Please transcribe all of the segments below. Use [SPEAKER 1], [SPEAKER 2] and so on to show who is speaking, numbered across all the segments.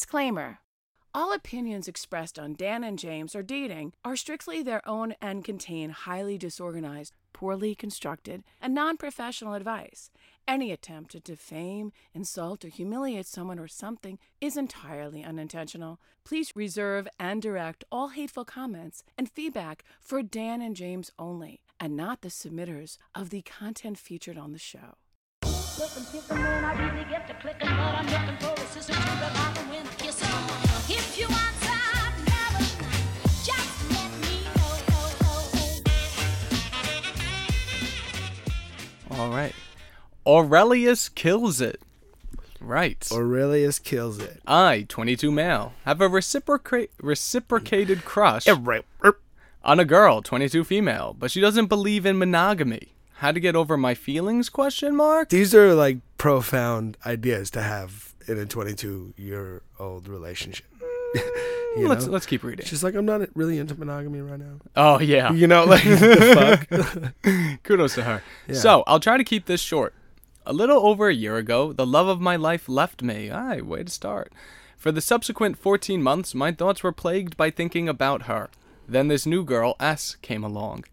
[SPEAKER 1] Disclaimer All opinions expressed on Dan and James or dating are strictly their own and contain highly disorganized, poorly constructed, and non professional advice. Any attempt to defame, insult, or humiliate someone or something is entirely unintentional. Please reserve and direct all hateful comments and feedback for Dan and James only, and not the submitters of the content featured on the show.
[SPEAKER 2] Clickin', pickin', man, I really get to clickin', but I'm looking for a sister to I can win a kiss on. If you want some another night, just let me know.
[SPEAKER 3] All right. Aurelius kills it. Right.
[SPEAKER 4] Aurelius kills it.
[SPEAKER 3] I, 22 male, have a reciprocate reciprocated crush
[SPEAKER 4] Right.
[SPEAKER 3] on a girl, 22 female, but she doesn't believe in monogamy. How to get over my feelings? Question mark.
[SPEAKER 4] These are like profound ideas to have in a 22 year old relationship. You
[SPEAKER 3] let's
[SPEAKER 4] know?
[SPEAKER 3] let's keep reading.
[SPEAKER 4] She's like, I'm not really into monogamy right now.
[SPEAKER 3] oh yeah.
[SPEAKER 4] You know, like, the fuck?
[SPEAKER 3] Kudos to her. So I'll try to keep this short. A little over a year ago, the love of my life left me. Aye, way to start. For the subsequent 14 months, my thoughts were plagued by thinking about her. Then this new girl, S, came along.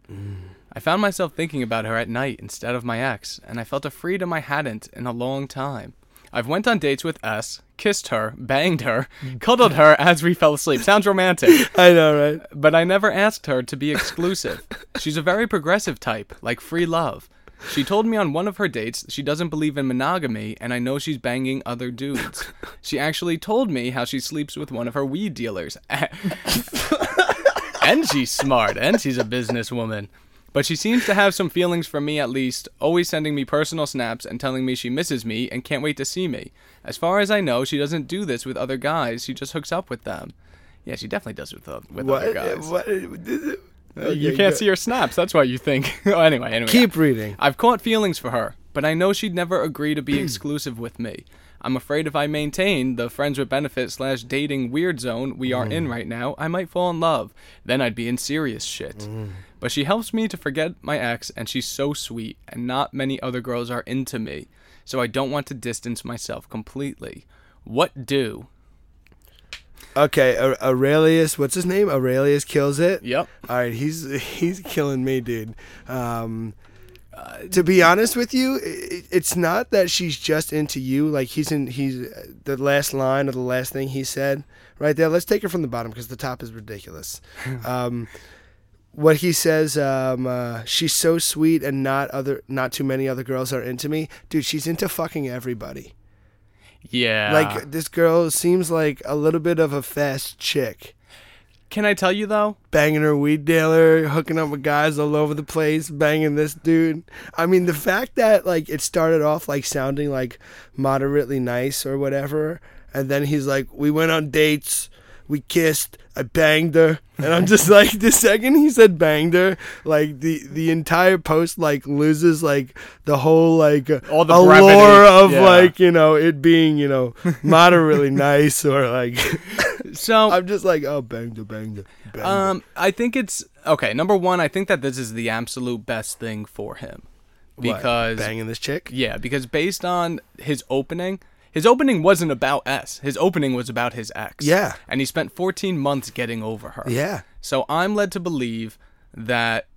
[SPEAKER 3] I found myself thinking about her at night instead of my ex, and I felt a freedom I hadn't in a long time. I've went on dates with S, kissed her, banged her, cuddled her as we fell asleep. Sounds romantic
[SPEAKER 4] I know, right?
[SPEAKER 3] but I never asked her to be exclusive. She's a very progressive type, like free love. She told me on one of her dates she doesn't believe in monogamy, and I know she's banging other dudes. She actually told me how she sleeps with one of her weed dealers. and she's smart, and she's a businesswoman. But she seems to have some feelings for me at least, always sending me personal snaps and telling me she misses me and can't wait to see me. As far as I know, she doesn't do this with other guys, she just hooks up with them. Yeah, she definitely does with, oth- with other
[SPEAKER 4] What?
[SPEAKER 3] guys.
[SPEAKER 4] what
[SPEAKER 3] you can't see her snaps. That's why you think. oh, anyway, anyway.
[SPEAKER 4] Keep reading.
[SPEAKER 3] I've caught feelings for her, but I know she'd never agree to be exclusive with me. I'm afraid if I maintain the friends with benefits slash dating weird zone we are
[SPEAKER 4] Mm.
[SPEAKER 3] in right now, I might fall in love. Then I'd be in serious shit.
[SPEAKER 4] Mm.
[SPEAKER 3] But she helps me to forget my ex, and she's so sweet, and not many other girls are into me, so I don't want to distance myself completely. What do?
[SPEAKER 4] Okay, Aur- Aurelius, what's his name? Aurelius kills it.
[SPEAKER 3] Yep.
[SPEAKER 4] All right, he's he's killing me, dude. Um, to be honest with you, i it's not that she's just into you. Like he's in he's the last line or the last thing he said right there. Let's take it from the bottom because the top is ridiculous. um, what he says, um, uh, she's so sweet, and not other not too many other girls are into me, dude. She's into fucking everybody.
[SPEAKER 3] Yeah.
[SPEAKER 4] Like this girl seems like a little bit of a fast chick.
[SPEAKER 3] can I tell you though?
[SPEAKER 4] Banging her weed dealer, hooking up with guys all over the place, banging this dude. I mean, the fact that like it started off like sounding like moderately nice or whatever, and then he's like, "We went on dates, we kissed, I banged her," and I'm just like, the second he said banged her, like the the entire post like loses like the whole like
[SPEAKER 3] All the
[SPEAKER 4] allure
[SPEAKER 3] brevity,
[SPEAKER 4] of
[SPEAKER 3] yeah.
[SPEAKER 4] like you know it being you know moderately nice or like
[SPEAKER 3] So
[SPEAKER 4] I'm just like, oh, bang the bang the bang.
[SPEAKER 3] Um, I think it's okay. Number one, I think that this is the absolute best thing for him because
[SPEAKER 4] banging this chick.
[SPEAKER 3] yeah, because based on his opening, his opening wasn't about S. His opening was about his ex.
[SPEAKER 4] Yeah.
[SPEAKER 3] and he spent 14 months getting over her.
[SPEAKER 4] Yeah.
[SPEAKER 3] So I'm led to believe that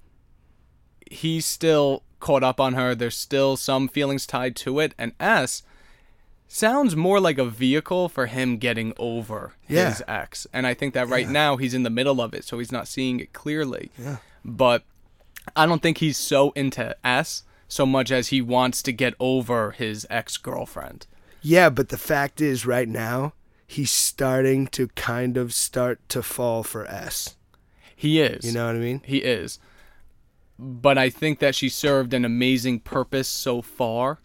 [SPEAKER 3] he's still caught up on her. There's still some feelings tied to it, and S sounds more like a vehicle for him getting over
[SPEAKER 4] Yeah.
[SPEAKER 3] his ex. And I think that right now he's in the middle of it, so he's not seeing it clearly. Yeah. But I don't think he's so into S so much as he wants to get over his ex girlfriend.
[SPEAKER 4] Yeah, but the fact is, right now he's starting to kind of start to fall for S.
[SPEAKER 3] He is.
[SPEAKER 4] You know what I mean?
[SPEAKER 3] He is. But I think that she served an amazing purpose so far.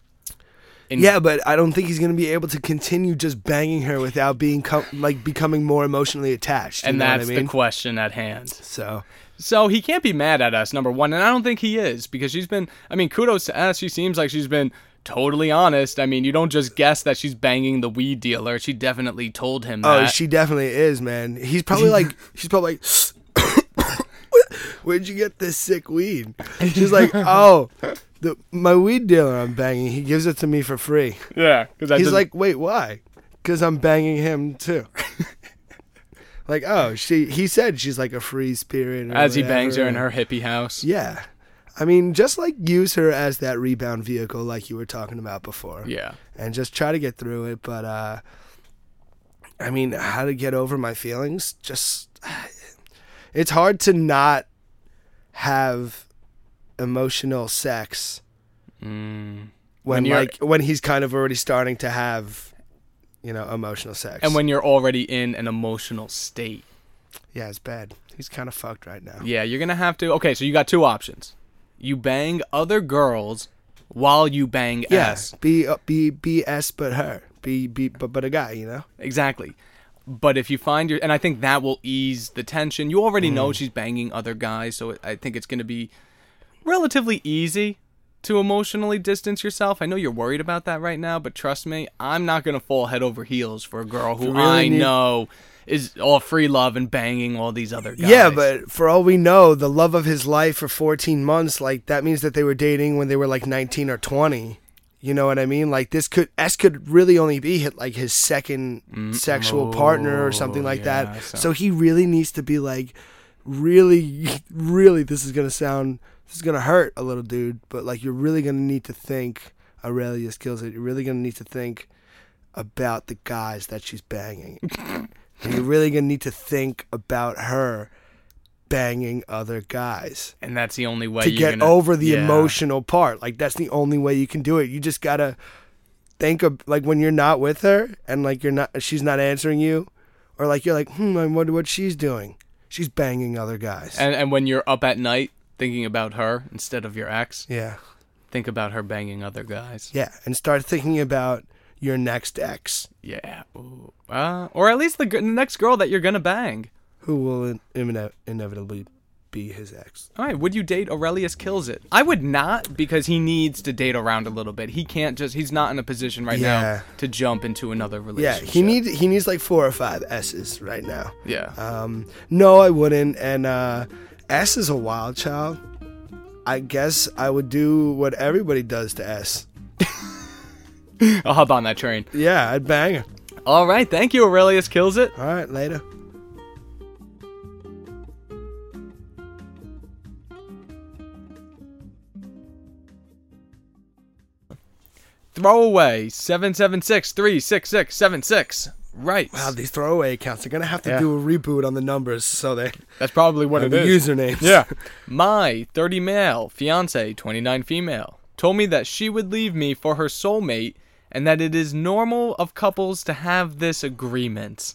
[SPEAKER 3] And
[SPEAKER 4] Yeah, but I don't think he's gonna be able to continue just banging her without being com- like becoming more emotionally attached. You
[SPEAKER 3] And
[SPEAKER 4] know what
[SPEAKER 3] that's
[SPEAKER 4] I mean?
[SPEAKER 3] the question at hand.
[SPEAKER 4] so
[SPEAKER 3] So he can't be mad at us, number one. And I don't think he is because she's been, I mean, kudos to us. She seems like she's been totally honest. I mean, you don't just guess that she's banging the weed dealer. She definitely told him
[SPEAKER 4] oh,
[SPEAKER 3] that.
[SPEAKER 4] she definitely is, man. He's probably like, she's probably like. Where'd you get this sick weed? She's like, oh, the, my weed dealer I'm banging, he gives it to me for free.
[SPEAKER 3] yeah. 'cause that
[SPEAKER 4] He's
[SPEAKER 3] doesn't-
[SPEAKER 4] like, wait, why? because I'm banging him too. like, oh, she he said she's like a free spirit. or
[SPEAKER 3] As he bangs her
[SPEAKER 4] whatever.
[SPEAKER 3] in her hippie house.
[SPEAKER 4] Yeah. I mean, just like use her as that rebound vehicle, like you were talking about before.
[SPEAKER 3] Yeah.
[SPEAKER 4] And just try to get through it. But, uh, I mean, how to get over my feelings? Just, it's hard to not have emotional sex when,
[SPEAKER 3] Mm. When you're-
[SPEAKER 4] like, when he's kind of already starting to have, you know, emotional sex.
[SPEAKER 3] And when you're already in an emotional state.
[SPEAKER 4] yeah, it's bad. He's kind of fucked right now.
[SPEAKER 3] Yeah, you're gonna have to. Okay, so you got two options. You bang other girls while you bang
[SPEAKER 4] Yes.
[SPEAKER 3] S.
[SPEAKER 4] Be, uh, be, be S, but her. Be, be, but, but a guy, you know?
[SPEAKER 3] Exactly. But if you find your, and I think that will ease the tension. You already know
[SPEAKER 4] Mm.
[SPEAKER 3] she's banging other guys, so it- I think it's gonna be relatively easy to emotionally distance yourself. I know you're worried about that right now, but trust me, I'm not gonna fall head over heels for a girl who
[SPEAKER 4] really
[SPEAKER 3] I
[SPEAKER 4] need-
[SPEAKER 3] know is all free love and banging all these other guys.
[SPEAKER 4] Yeah, but for all we know, the love of his life for 14 months, like that means that they were dating when they were like 19 or 20. You know what I mean? Like this could S could really only be hit like his second sexual partner or something like
[SPEAKER 3] Mm, oh, yeah,
[SPEAKER 4] that.
[SPEAKER 3] so-
[SPEAKER 4] So. he really needs to be like really really this is going to sound this is going to hurt a little dude, but like you're really going to need to think Aurelius kills it. You're really going to need to think about the guys that she's banging. And you're really gonna need to think about her banging other guys
[SPEAKER 3] and that's the only way
[SPEAKER 4] to
[SPEAKER 3] you're
[SPEAKER 4] get
[SPEAKER 3] gonna-
[SPEAKER 4] over the
[SPEAKER 3] Yeah.
[SPEAKER 4] emotional part. Like that's the only way you can do it. You just gotta think of like when you're not with her and like you're not, she's not answering you, or like you're like, hmm, I wonder what she's doing. She's banging other guys.
[SPEAKER 3] And and when you're up at night thinking about her instead of your ex,
[SPEAKER 4] yeah,
[SPEAKER 3] think about her banging other guys.
[SPEAKER 4] yeah, and start thinking about your next ex
[SPEAKER 3] Yeah. Ooh. Uh, or at least the, g- the next girl that you're gonna bang.
[SPEAKER 4] who will in- imine- inevitably be his ex.
[SPEAKER 3] All right. Would you date Aurelius Kills It? I would not because he needs to date around a little bit. He can't just. He's not in a position right
[SPEAKER 4] Yeah.
[SPEAKER 3] now to jump into another
[SPEAKER 4] Yeah,
[SPEAKER 3] relationship.
[SPEAKER 4] he need he needs like four or five S's right now.
[SPEAKER 3] Yeah.
[SPEAKER 4] Um, no, I wouldn't. And uh, S is a wild child. I guess I would do what everybody does to S.
[SPEAKER 3] I'll hop on that train.
[SPEAKER 4] Yeah, I'd bang her.
[SPEAKER 3] All right. Thank you, Aurelius Kills It.
[SPEAKER 4] All right, later.
[SPEAKER 3] Throw away seven seven six three six six seven six. Right.
[SPEAKER 4] Wow, these throwaway accounts are gonna have to
[SPEAKER 3] Yeah.
[SPEAKER 4] do a reboot on the numbers so they
[SPEAKER 3] That's probably what
[SPEAKER 4] on
[SPEAKER 3] it
[SPEAKER 4] the
[SPEAKER 3] is.
[SPEAKER 4] usernames.
[SPEAKER 3] My 30 male, fiance 29 female, told me that she would leave me for her soulmate and that it is normal of couples to have this agreement.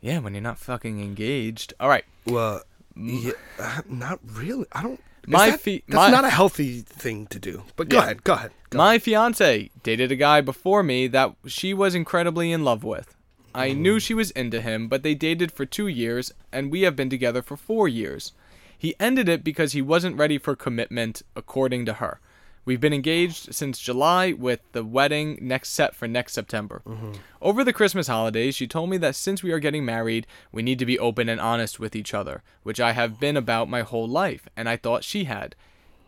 [SPEAKER 3] Yeah, when you're not fucking engaged. All right.
[SPEAKER 4] Well, yeah, uh, not really. I don't. is
[SPEAKER 3] My
[SPEAKER 4] that-
[SPEAKER 3] fe-
[SPEAKER 4] That's
[SPEAKER 3] my-
[SPEAKER 4] not a healthy thing to do. But go
[SPEAKER 3] Yeah.
[SPEAKER 4] ahead. Go ahead. Go
[SPEAKER 3] My fiance dated a guy before me that she was incredibly in love with. I knew she was into him, but they dated for two years, and we have been together for four years. He ended it because he wasn't ready for commitment, according to her. We've been engaged since July, with the wedding next set for next September. Over the Christmas holidays, she told me that since we are getting married, we need to be open and honest with each other, which I have been about my whole life, and I thought she had.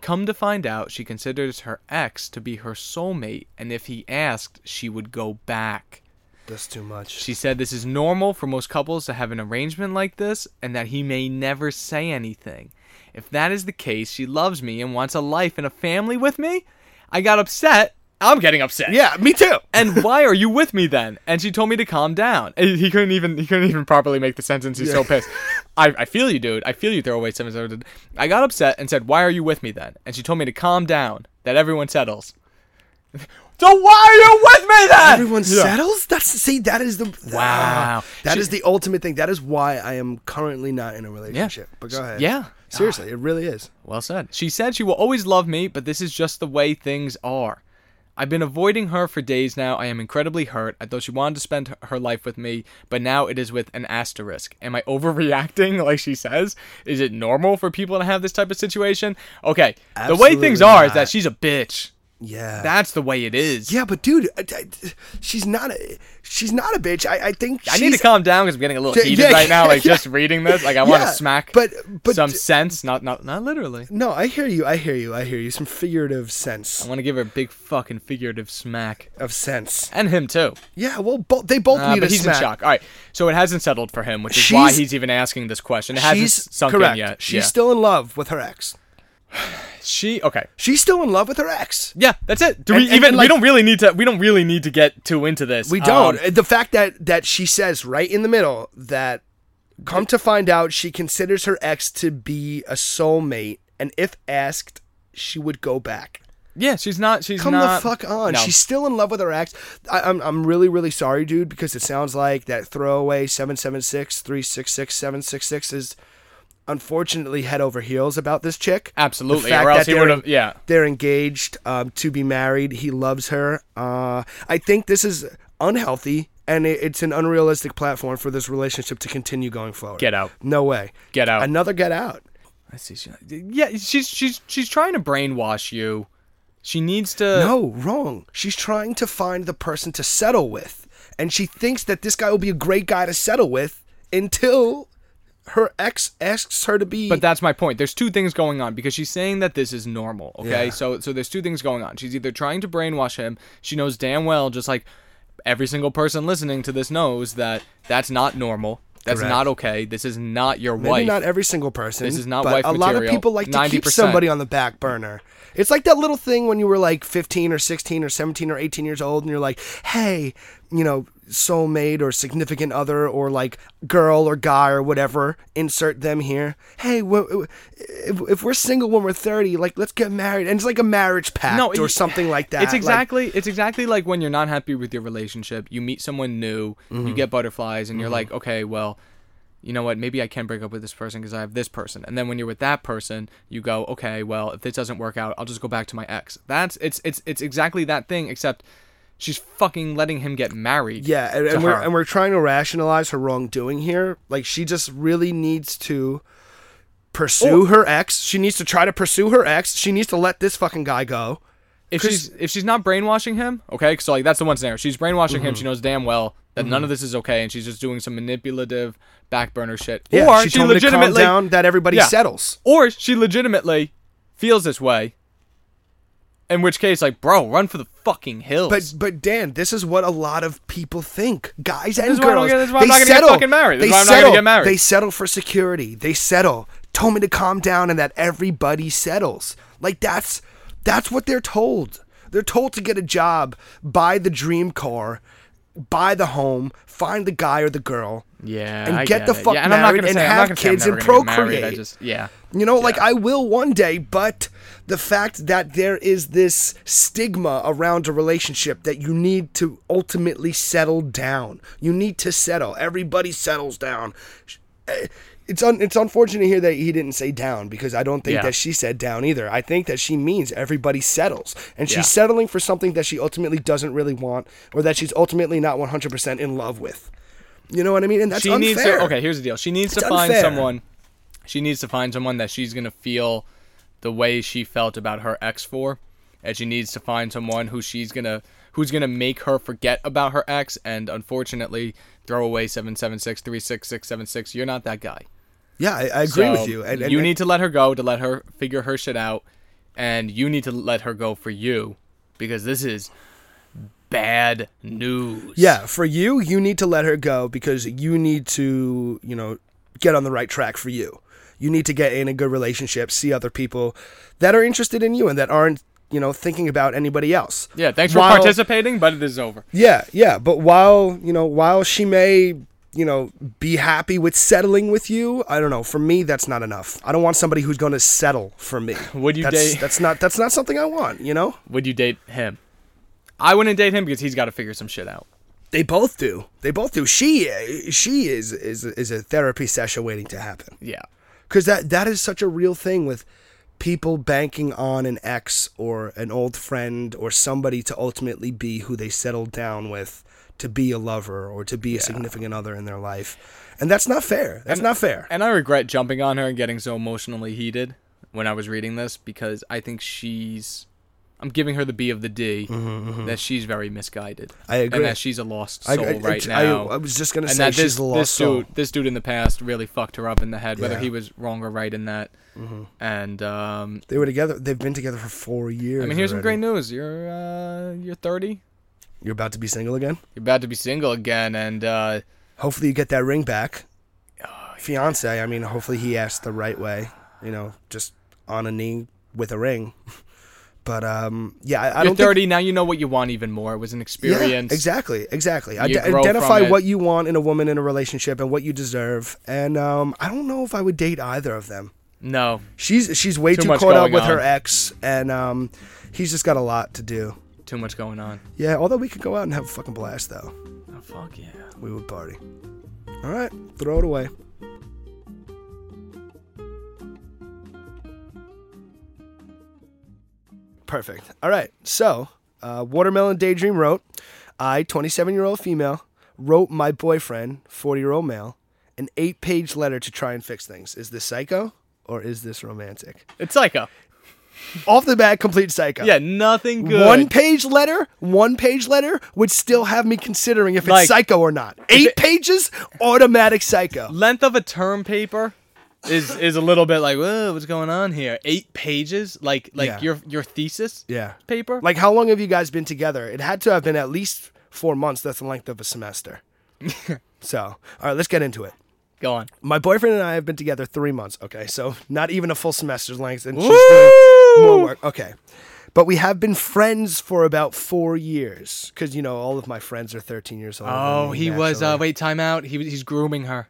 [SPEAKER 3] Come to find out, she considers her ex to be her soulmate, and if he asked, she would go back.
[SPEAKER 4] That's too much.
[SPEAKER 3] She said this is normal for most couples to have an arrangement like this, and that he may never say anything. If that is the case, she loves me and wants a life and a family with me? I got upset. I'm getting upset.
[SPEAKER 4] Yeah, me too.
[SPEAKER 3] And why are you with me then? And she told me to calm down. And He couldn't even he couldn't even properly make the sentence. He's so pissed. I, I feel you, dude. I feel you. Throw away seven seven. I got upset and said, "Why are you with me then?" And she told me to calm down. That everyone settles. so why are you with me then?
[SPEAKER 4] Everyone
[SPEAKER 3] Yeah.
[SPEAKER 4] settles. That's see, that is the ah,
[SPEAKER 3] Wow.
[SPEAKER 4] That
[SPEAKER 3] She-
[SPEAKER 4] is the ultimate thing. That is why I am currently not in a relationship. But go ahead.
[SPEAKER 3] Yeah.
[SPEAKER 4] Seriously, it really is.
[SPEAKER 3] Well said. She said she will always love me, but this is just the way things are. I've been avoiding her for days now. I am incredibly hurt. I thought she wanted to spend her- her life with me, but now it is with an asterisk. Am I overreacting, like she says? Is it normal for people to have this type of situation? Okay, the way
[SPEAKER 4] Absolutely
[SPEAKER 3] things are is
[SPEAKER 4] not.
[SPEAKER 3] that she's a bitch.
[SPEAKER 4] Yeah.
[SPEAKER 3] That's the way it is.
[SPEAKER 4] yeah, but dude, I- I- she's not a she's not a bitch. I, I think
[SPEAKER 3] I need to
[SPEAKER 4] she's-
[SPEAKER 3] calm down because I'm getting a little
[SPEAKER 4] Yeah,
[SPEAKER 3] heated
[SPEAKER 4] yeah,
[SPEAKER 3] right now. Like
[SPEAKER 4] yeah.
[SPEAKER 3] just reading this, like I want
[SPEAKER 4] Yeah,
[SPEAKER 3] to smack,
[SPEAKER 4] but- but-
[SPEAKER 3] some sense, not not not literally.
[SPEAKER 4] No, I hear you. I hear you. I hear you. Some figurative sense
[SPEAKER 3] I want to give her a big fucking figurative smack,
[SPEAKER 4] of sense.
[SPEAKER 3] and him too.
[SPEAKER 4] Yeah, well, bo- they both
[SPEAKER 3] Uh,
[SPEAKER 4] need
[SPEAKER 3] but
[SPEAKER 4] a
[SPEAKER 3] he's
[SPEAKER 4] smack.
[SPEAKER 3] in shock. All right, so it hasn't settled for him, which is why
[SPEAKER 4] She's-
[SPEAKER 3] he's even asking this question. It hasn't
[SPEAKER 4] She's
[SPEAKER 3] sunk
[SPEAKER 4] correct.
[SPEAKER 3] in yet.
[SPEAKER 4] She's
[SPEAKER 3] Yeah.
[SPEAKER 4] still in love with her ex.
[SPEAKER 3] she okay.
[SPEAKER 4] She's still in love with her ex.
[SPEAKER 3] Yeah, that's it. Do
[SPEAKER 4] And-
[SPEAKER 3] we
[SPEAKER 4] and-
[SPEAKER 3] even?
[SPEAKER 4] and,
[SPEAKER 3] we
[SPEAKER 4] like-
[SPEAKER 3] don't really need to. We don't really need to get too into this.
[SPEAKER 4] We don't.
[SPEAKER 3] Um,
[SPEAKER 4] the fact that that she says right in the middle that come to find out she considers her ex to be a soulmate and if asked she would go back.
[SPEAKER 3] yeah, she's not. She's
[SPEAKER 4] Come
[SPEAKER 3] not.
[SPEAKER 4] the fuck on.
[SPEAKER 3] No.
[SPEAKER 4] She's still in love with her ex. I, I'm I'm really really sorry, dude, because it sounds like that throwaway 776 366 766 is unfortunately head over heels about this chick.
[SPEAKER 3] Absolutely,
[SPEAKER 4] The fact
[SPEAKER 3] or else
[SPEAKER 4] that
[SPEAKER 3] he
[SPEAKER 4] they're-
[SPEAKER 3] would have. Yeah,
[SPEAKER 4] they're engaged um, to be married he loves her uh, i think this is unhealthy and it, it's an unrealistic platform for this relationship to continue going forward
[SPEAKER 3] Get out.
[SPEAKER 4] no way
[SPEAKER 3] Get out.
[SPEAKER 4] another get out
[SPEAKER 3] I see. She, yeah, she's she's she's trying to brainwash you. She needs to.
[SPEAKER 4] no wrong she's trying to find the person to settle with and she thinks that this guy will be a great guy to settle with until her ex asks her to be
[SPEAKER 3] But that's my point. There's two things going on because she's saying that this is normal. Okay, so so there's two things going on. She's either trying to brainwash him. She knows damn well, just like every single person listening to this knows that that's not normal. That's
[SPEAKER 4] Correct.
[SPEAKER 3] not okay. This is not your
[SPEAKER 4] Maybe
[SPEAKER 3] wife.
[SPEAKER 4] not every single person.
[SPEAKER 3] This is not
[SPEAKER 4] but
[SPEAKER 3] wife
[SPEAKER 4] a lot of
[SPEAKER 3] material.
[SPEAKER 4] people like to keep
[SPEAKER 3] 90%.
[SPEAKER 4] somebody on the back burner. It's like that little thing when you were like 15 or 16 or 17 or 18 years old and you're like, "Hey, you know, soulmate or significant other or like girl or guy or whatever, insert them here. Hey, w- w- if, if we're single when we're 30, like let's get married." And it's like a marriage pact
[SPEAKER 3] no,
[SPEAKER 4] or
[SPEAKER 3] it-
[SPEAKER 4] something like that.
[SPEAKER 3] It's
[SPEAKER 4] Like,
[SPEAKER 3] exactly it's exactly like when you're not happy with your relationship, you meet someone new,
[SPEAKER 4] Mm-hmm.
[SPEAKER 3] you get butterflies, and you're like, okay, well, you know what? Maybe I can break up with this person because I have this person. And then when you're with that person, you go, okay, well, if this doesn't work out, I'll just go back to my ex. That's it's it's it's exactly that thing, except she's fucking letting him get married.
[SPEAKER 4] Yeah, and,
[SPEAKER 3] to
[SPEAKER 4] and we're
[SPEAKER 3] her.
[SPEAKER 4] and we're trying to rationalize her wrongdoing here. Like she just really needs to pursue her ex. She needs to try to pursue her ex. She needs to let this fucking guy go.
[SPEAKER 3] if she's if she's not brainwashing him, okay, so like that's the one scenario. She's brainwashing
[SPEAKER 4] Mm-hmm.
[SPEAKER 3] him. She knows damn well that none of this is okay, and she's just doing some manipulative back burner shit.
[SPEAKER 4] Yeah,
[SPEAKER 3] or
[SPEAKER 4] she
[SPEAKER 3] she,
[SPEAKER 4] told me to calm
[SPEAKER 3] legitimately
[SPEAKER 4] down, that everybody settles.
[SPEAKER 3] Or she legitimately feels this way. In which case, like, bro, run for the fucking hills.
[SPEAKER 4] But but Dan, this is what a lot of people think, guys and
[SPEAKER 3] is why I don't
[SPEAKER 4] girls.
[SPEAKER 3] get- this is why I'm
[SPEAKER 4] they
[SPEAKER 3] not gonna get
[SPEAKER 4] settle.
[SPEAKER 3] fucking married. This
[SPEAKER 4] They
[SPEAKER 3] is why I'm not
[SPEAKER 4] settle.
[SPEAKER 3] gonna get married.
[SPEAKER 4] They settle for security. They settle. Told me to calm down and that everybody settles. Like that's that's what they're told. They're told to get a job, buy the dream car, buy the home, find the guy or the girl.
[SPEAKER 3] yeah,
[SPEAKER 4] and
[SPEAKER 3] I
[SPEAKER 4] get the
[SPEAKER 3] it.
[SPEAKER 4] fuck
[SPEAKER 3] yeah, and I'm not
[SPEAKER 4] married
[SPEAKER 3] gonna
[SPEAKER 4] and
[SPEAKER 3] say, I'm not
[SPEAKER 4] have
[SPEAKER 3] gonna say I'm
[SPEAKER 4] kids
[SPEAKER 3] never
[SPEAKER 4] and
[SPEAKER 3] gonna get married, I
[SPEAKER 4] procreate.
[SPEAKER 3] just, yeah,
[SPEAKER 4] You know, like I will one day, but the fact that there is this stigma around a relationship that you need to ultimately settle down. You need to settle. Everybody settles down. Eh, It's un- it's unfortunate here that he didn't say down because I don't think
[SPEAKER 3] Yeah.
[SPEAKER 4] that she said down either. I think that she means everybody settles, and she's
[SPEAKER 3] Yeah.
[SPEAKER 4] settling for something that she ultimately doesn't really want, or that she's ultimately not one hundred percent in love with. You know what I mean? And that's
[SPEAKER 3] she
[SPEAKER 4] unfair.
[SPEAKER 3] needs to. Okay, here's the deal. She needs
[SPEAKER 4] It's
[SPEAKER 3] to find
[SPEAKER 4] unfair.
[SPEAKER 3] someone. She needs to find someone that she's gonna feel the way she felt about her ex for, and she needs to find someone who she's gonna who's gonna make her forget about her ex. And unfortunately, throw away seven seven six three six six seven six. You're not that guy.
[SPEAKER 4] Yeah, I, I agree
[SPEAKER 3] So,
[SPEAKER 4] with you. And, and
[SPEAKER 3] you need to let her go to let her figure her shit out, and you need to let her go for you because this is bad news.
[SPEAKER 4] Yeah, for you, you need to let her go because you need to, you know, get on the right track for you. You need to get in a good relationship, see other people that are interested in you and that aren't, you know, thinking about anybody else.
[SPEAKER 3] Yeah. Thanks for
[SPEAKER 4] While-
[SPEAKER 3] participating, but it is over.
[SPEAKER 4] Yeah, yeah. But while, you know, while she may, you know, be happy with settling with you, I don't know. For me, that's not enough. I don't want somebody who's going to settle for me.
[SPEAKER 3] Would you
[SPEAKER 4] that's,
[SPEAKER 3] date-
[SPEAKER 4] That's not. That's not something I want. You know.
[SPEAKER 3] Would you date him? I wouldn't date him because he's got to figure some shit out.
[SPEAKER 4] They both do. They both do. She she is is is a therapy session waiting to happen.
[SPEAKER 3] Yeah.
[SPEAKER 4] Cuz that that is such a real thing with people banking on an ex or an old friend or somebody to ultimately be who they settled down with to be a lover or to be a significant other in their life. And that's not fair. That's not fair.
[SPEAKER 3] And I regret jumping on her and getting so emotionally heated when I was reading this because I think she's I'm giving her the B of the D that she's very misguided.
[SPEAKER 4] Mm-hmm, I agree.
[SPEAKER 3] And that she's a lost
[SPEAKER 4] I-
[SPEAKER 3] soul
[SPEAKER 4] I-
[SPEAKER 3] right
[SPEAKER 4] I-
[SPEAKER 3] now.
[SPEAKER 4] I was just gonna
[SPEAKER 3] And
[SPEAKER 4] say
[SPEAKER 3] that
[SPEAKER 4] she's
[SPEAKER 3] this,
[SPEAKER 4] a lost
[SPEAKER 3] this
[SPEAKER 4] soul.
[SPEAKER 3] Dude, this dude in the past really fucked her up in the head, whether
[SPEAKER 4] Yeah. Mm-hmm.
[SPEAKER 3] he was wrong or right in that. And um,
[SPEAKER 4] They were together. They've been together for four years.
[SPEAKER 3] I mean, here's some
[SPEAKER 4] already.
[SPEAKER 3] great news. You're uh, you're 30.
[SPEAKER 4] You're about to be single again.
[SPEAKER 3] You're about to be single again, and uh,
[SPEAKER 4] Hopefully, you get that ring back. Fiance. I mean, hopefully he asked the right way. You know, just on a knee with a ring. But um, yeah, I, I
[SPEAKER 3] you're
[SPEAKER 4] don't. think-
[SPEAKER 3] 30 now. You know what you want even more. It was an experience.
[SPEAKER 4] Yeah, exactly, exactly.
[SPEAKER 3] You
[SPEAKER 4] Ide-
[SPEAKER 3] grow
[SPEAKER 4] identify
[SPEAKER 3] from it.
[SPEAKER 4] what you want in a woman in a relationship and what you deserve. And um, I don't know if I would date either of them.
[SPEAKER 3] No,
[SPEAKER 4] She's she's way
[SPEAKER 3] Too
[SPEAKER 4] too,
[SPEAKER 3] much
[SPEAKER 4] caught up
[SPEAKER 3] going
[SPEAKER 4] with her
[SPEAKER 3] on.
[SPEAKER 4] ex, and um, he's just got a lot to do.
[SPEAKER 3] too much going on.
[SPEAKER 4] Yeah, although we could go out and have a fucking blast though.
[SPEAKER 3] Oh, fuck yeah.
[SPEAKER 4] We would party. All right, throw it away. Perfect. All right. So, uh, Watermelon Daydream wrote I, 27 year old female, wrote my boyfriend, 40 year old male, an eight page letter to try and fix things. Is this psycho or is this romantic?
[SPEAKER 3] It's psycho.
[SPEAKER 4] Off the bat, complete psycho.
[SPEAKER 3] Yeah, nothing good.
[SPEAKER 4] One page letter, one page letter would still have me considering if it's
[SPEAKER 3] Like-
[SPEAKER 4] psycho or not. Eight pages, automatic psycho.
[SPEAKER 3] length of a term paper is is a little bit like Whoa, what's going on here eight pages like like
[SPEAKER 4] Yeah.
[SPEAKER 3] your your thesis
[SPEAKER 4] Yeah.
[SPEAKER 3] paper
[SPEAKER 4] Like, how long have you guys been together? It had to have been at least four months. That's the length of a semester. so, all right, let's get into it.
[SPEAKER 3] go on
[SPEAKER 4] My boyfriend and I have been together three months. Okay, so not even a full semester's length, and she's doing more
[SPEAKER 3] Woo!
[SPEAKER 4] work. Okay, but we have been friends for about four years because you know all of my friends are 13 years old.
[SPEAKER 3] oh he was uh
[SPEAKER 4] naturally.
[SPEAKER 3] wait time out he was he's grooming her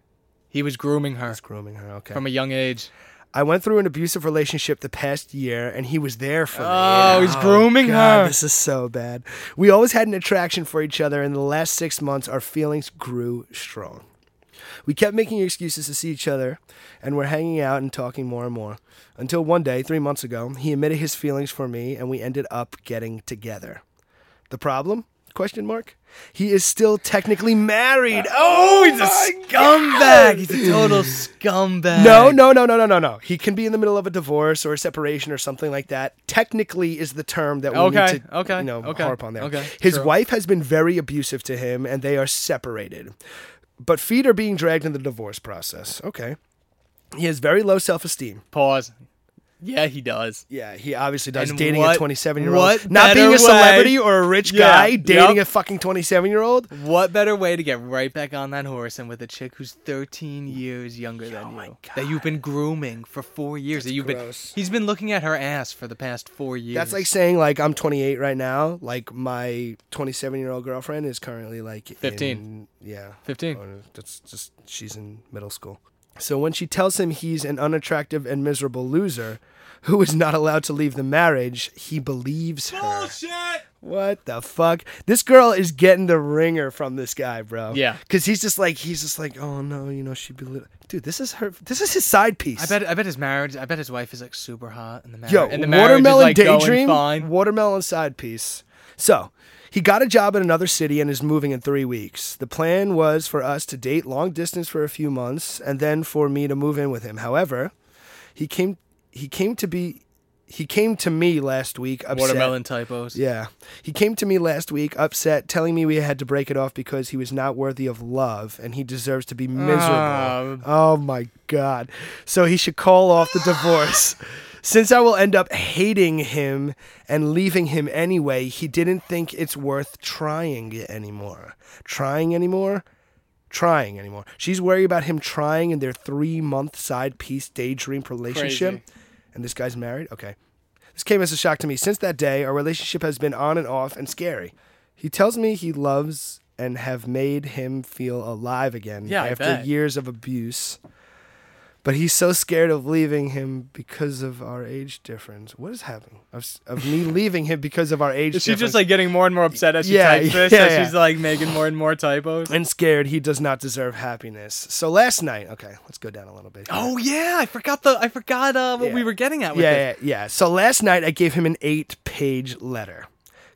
[SPEAKER 3] he was grooming her
[SPEAKER 4] grooming her. Okay,
[SPEAKER 3] from a young age
[SPEAKER 4] I went through an abusive relationship the past year, and he was there for me.
[SPEAKER 3] oh he's grooming
[SPEAKER 4] God,
[SPEAKER 3] her
[SPEAKER 4] this is so bad. We always had an attraction for each other, and in the last six months, our feelings grew strong. We kept making excuses to see each other, and we're hanging out and talking more and more. Until one day, three months ago, he admitted his feelings for me, and we ended up getting together. The problem? Question mark. He is still technically married.
[SPEAKER 3] Uh,
[SPEAKER 4] Oh, he's a scumbag.
[SPEAKER 3] he's a total scumbag
[SPEAKER 4] No, no, no, no, no, no, no. He can be in the middle of a divorce or a separation or something like that. Technically, is the term that we
[SPEAKER 3] Okay,
[SPEAKER 4] need to
[SPEAKER 3] okay,
[SPEAKER 4] you know,
[SPEAKER 3] okay,
[SPEAKER 4] harp on there.
[SPEAKER 3] okay,
[SPEAKER 4] His
[SPEAKER 3] true.
[SPEAKER 4] wife has been very abusive to him, and they are separated. But feet are being dragged in the divorce process. Okay. He has very low self esteem.
[SPEAKER 3] pause yeah he does
[SPEAKER 4] Yeah, he obviously does.
[SPEAKER 3] And
[SPEAKER 4] dating
[SPEAKER 3] what-
[SPEAKER 4] a 27 year old.
[SPEAKER 3] what
[SPEAKER 4] Not being
[SPEAKER 3] better
[SPEAKER 4] a celebrity
[SPEAKER 3] way-
[SPEAKER 4] or a rich
[SPEAKER 3] Yeah,
[SPEAKER 4] guy, dating
[SPEAKER 3] yup.
[SPEAKER 4] a fucking 27 year old.
[SPEAKER 3] what better way to get right back on that horse than with a chick who's 13 years younger than you that you've been grooming for four years that you've
[SPEAKER 4] gross.
[SPEAKER 3] been he's been looking at her ass for the past four years
[SPEAKER 4] That's like saying like I'm 28 right now. Like my 27 year old girlfriend is currently like
[SPEAKER 3] 15.
[SPEAKER 4] in- yeah,
[SPEAKER 3] 15.
[SPEAKER 4] Or That's just she's in middle school. So when she tells him he's an unattractive and miserable loser who is not allowed to leave the marriage, he believes her. What the fuck? This girl is getting the ringer from this guy, bro.
[SPEAKER 3] Yeah.
[SPEAKER 4] Cause he's just like he's just like, oh no, you know, she belittle dude, this is her this is his side piece.
[SPEAKER 3] I bet I bet his marriage I bet his wife is like super hot and the marriage
[SPEAKER 4] Yo,
[SPEAKER 3] and the marriage
[SPEAKER 4] watermelon
[SPEAKER 3] is like
[SPEAKER 4] daydream,
[SPEAKER 3] going fine.
[SPEAKER 4] watermelon side piece. So he got a job in another city and is moving in three weeks. The plan was for us to date long distance for a few months and then for me to move in with him. However, he came he came to be he came to me last week upset.
[SPEAKER 3] Watermelon typos.
[SPEAKER 4] Yeah. He came to me last week upset, telling me we had to break it off because he was not worthy of love and he deserves to be miserable.
[SPEAKER 3] Ah.
[SPEAKER 4] oh my God. So he should call off the divorce. Since I will end up hating him and leaving him anyway, he didn't think it's worth trying it anymore. Trying anymore? Trying anymore. She's worried about him trying in their three month side piece daydream relationship.
[SPEAKER 3] Crazy.
[SPEAKER 4] And this guy's married? Okay. This came as a shock to me. Since that day, our relationship has been on and off and scary. He tells me he loves and have made him feel alive again
[SPEAKER 3] Yeah, I
[SPEAKER 4] after
[SPEAKER 3] bet.
[SPEAKER 4] years of abuse. But he's so scared of leaving him because of our age difference. What is happening? Of, s- of me leaving him because of our age
[SPEAKER 3] Is she
[SPEAKER 4] difference.
[SPEAKER 3] just like getting more and more upset as she
[SPEAKER 4] Yeah,
[SPEAKER 3] types this?
[SPEAKER 4] yeah,
[SPEAKER 3] as
[SPEAKER 4] yeah.
[SPEAKER 3] she's like making more and more typos.
[SPEAKER 4] and scared he does not deserve happiness. So last night, okay, let's go down a little bit. here.
[SPEAKER 3] Oh yeah, I forgot the I forgot uh, what
[SPEAKER 4] Yeah.
[SPEAKER 3] we were getting at with
[SPEAKER 4] yeah,
[SPEAKER 3] this.
[SPEAKER 4] yeah, yeah. So last night I gave him an eight page letter.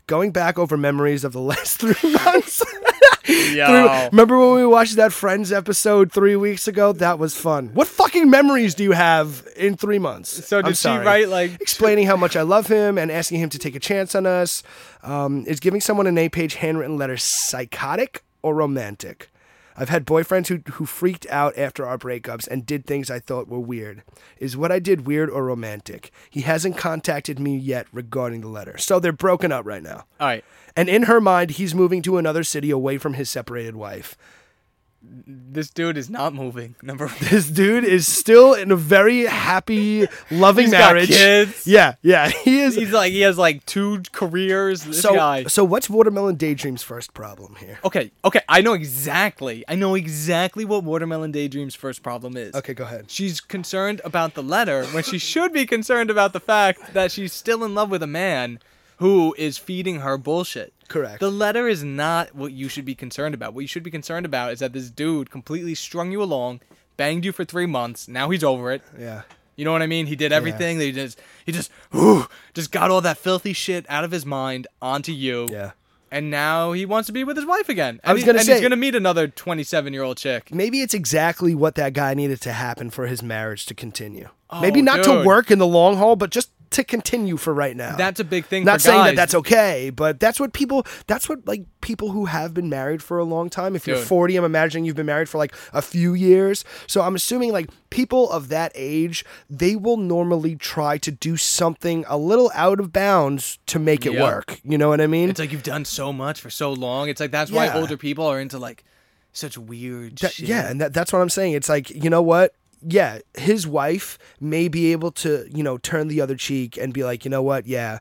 [SPEAKER 4] Going back over memories of the last three months, Three- remember when we watched that Friends episode three weeks ago? That was fun. What fucking memories do you have in three months?
[SPEAKER 3] So
[SPEAKER 4] I'm
[SPEAKER 3] did she
[SPEAKER 4] sorry.
[SPEAKER 3] write, like-
[SPEAKER 4] explaining how much I love him and asking him to take a chance on us? Um, is giving someone an eight-page handwritten letter psychotic or romantic? I've had boyfriends who who freaked out after our breakups and did things I thought were weird. Is what I did weird or romantic? He hasn't contacted me yet regarding the letter. So they're broken up right now.
[SPEAKER 3] All right.
[SPEAKER 4] And in her mind, he's moving to another city away from his separated wife.
[SPEAKER 3] This dude is not moving. Number one.
[SPEAKER 4] This dude is still in a very happy, loving
[SPEAKER 3] He's got
[SPEAKER 4] marriage.
[SPEAKER 3] kids.
[SPEAKER 4] Yeah, yeah, he is.
[SPEAKER 3] He's like he has like two careers. This
[SPEAKER 4] so,
[SPEAKER 3] guy.
[SPEAKER 4] so what's Watermelon Daydream's first problem here?
[SPEAKER 3] Okay, okay, I know exactly. I know exactly what Watermelon Daydream's first problem is.
[SPEAKER 4] Okay, go ahead.
[SPEAKER 3] She's concerned about the letter when she should be concerned about the fact that she's still in love with a man who is feeding her bullshit.
[SPEAKER 4] Correct.
[SPEAKER 3] The letter is not what you should be concerned about. What you should be concerned about is that this dude completely strung you along, banged you for three months, now he's over it.
[SPEAKER 4] Yeah,
[SPEAKER 3] You know what I mean? He did everything. They just he just whew, just got all that filthy shit out of his mind onto you.
[SPEAKER 4] Yeah.
[SPEAKER 3] And now he wants to be with his wife again. And
[SPEAKER 4] was
[SPEAKER 3] he-
[SPEAKER 4] gonna
[SPEAKER 3] and
[SPEAKER 4] say-
[SPEAKER 3] he's gonna meet another twenty-seven-year-old chick.
[SPEAKER 4] maybe it's exactly what that guy needed to happen for his marriage to continue.
[SPEAKER 3] Oh,
[SPEAKER 4] maybe not to
[SPEAKER 3] dude.
[SPEAKER 4] work in the long haul, but just to continue for right now.
[SPEAKER 3] That's a big thing.
[SPEAKER 4] uh, not
[SPEAKER 3] for
[SPEAKER 4] saying that
[SPEAKER 3] guys.
[SPEAKER 4] that's okay but that's what people that's what like people who have been married for a long time if you're
[SPEAKER 3] Dude.
[SPEAKER 4] 40 i'm imagining you've been married for like a few years so i'm assuming like people of that age they will normally try to do something a little out of bounds to make it
[SPEAKER 3] Yeah.
[SPEAKER 4] work you know what i mean
[SPEAKER 3] It's like you've done so much for so long. It's like that's
[SPEAKER 4] Yeah.
[SPEAKER 3] why older people are into like such weird
[SPEAKER 4] That-
[SPEAKER 3] shit.
[SPEAKER 4] yeah and that, that's what i'm saying it's like you know what yeah his wife may be able to you know turn the other cheek and be like you know what yeah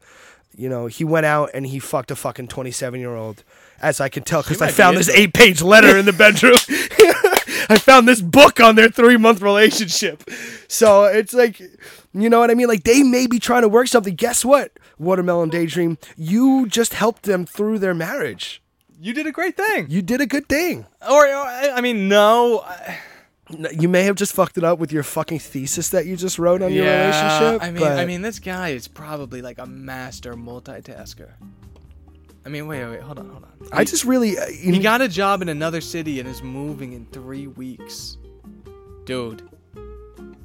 [SPEAKER 4] you know he went out and he fucked a fucking 27 year old as i can tell because
[SPEAKER 3] She might
[SPEAKER 4] i
[SPEAKER 3] be
[SPEAKER 4] found
[SPEAKER 3] into
[SPEAKER 4] this eight page letter in the bedroom i found this book on their three month relationship so it's like you know what i mean like they may be trying to work something guess what watermelon daydream you just helped them through their marriage
[SPEAKER 3] You did a great thing.
[SPEAKER 4] you did a good thing
[SPEAKER 3] Or, or I I mean, no. uh, I-
[SPEAKER 4] No, you may have just fucked it up with your fucking thesis that you just wrote on
[SPEAKER 3] yeah,
[SPEAKER 4] your relationship.
[SPEAKER 3] I mean,
[SPEAKER 4] but
[SPEAKER 3] I mean, this guy is probably like a master multitasker. I mean, wait, wait, wait, hold on, hold on.
[SPEAKER 4] I just really, uh, you
[SPEAKER 3] He got a job in another city and is moving in three weeks. Dude,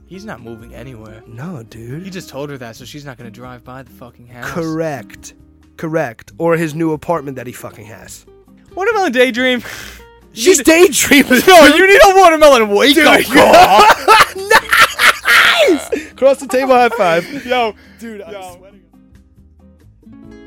[SPEAKER 3] he's not moving anywhere.
[SPEAKER 4] no,
[SPEAKER 3] He
[SPEAKER 4] dude.
[SPEAKER 3] just told her that, so she's not gonna drive by the fucking house.
[SPEAKER 4] Correct, correct. Or his new apartment that he fucking has.
[SPEAKER 3] Watermelon daydream.
[SPEAKER 4] She's
[SPEAKER 3] need-
[SPEAKER 4] daydreaming.
[SPEAKER 3] No, you need a watermelon wake up call.
[SPEAKER 4] Cross the table, high five.
[SPEAKER 3] Yo, dude, I'm sweating.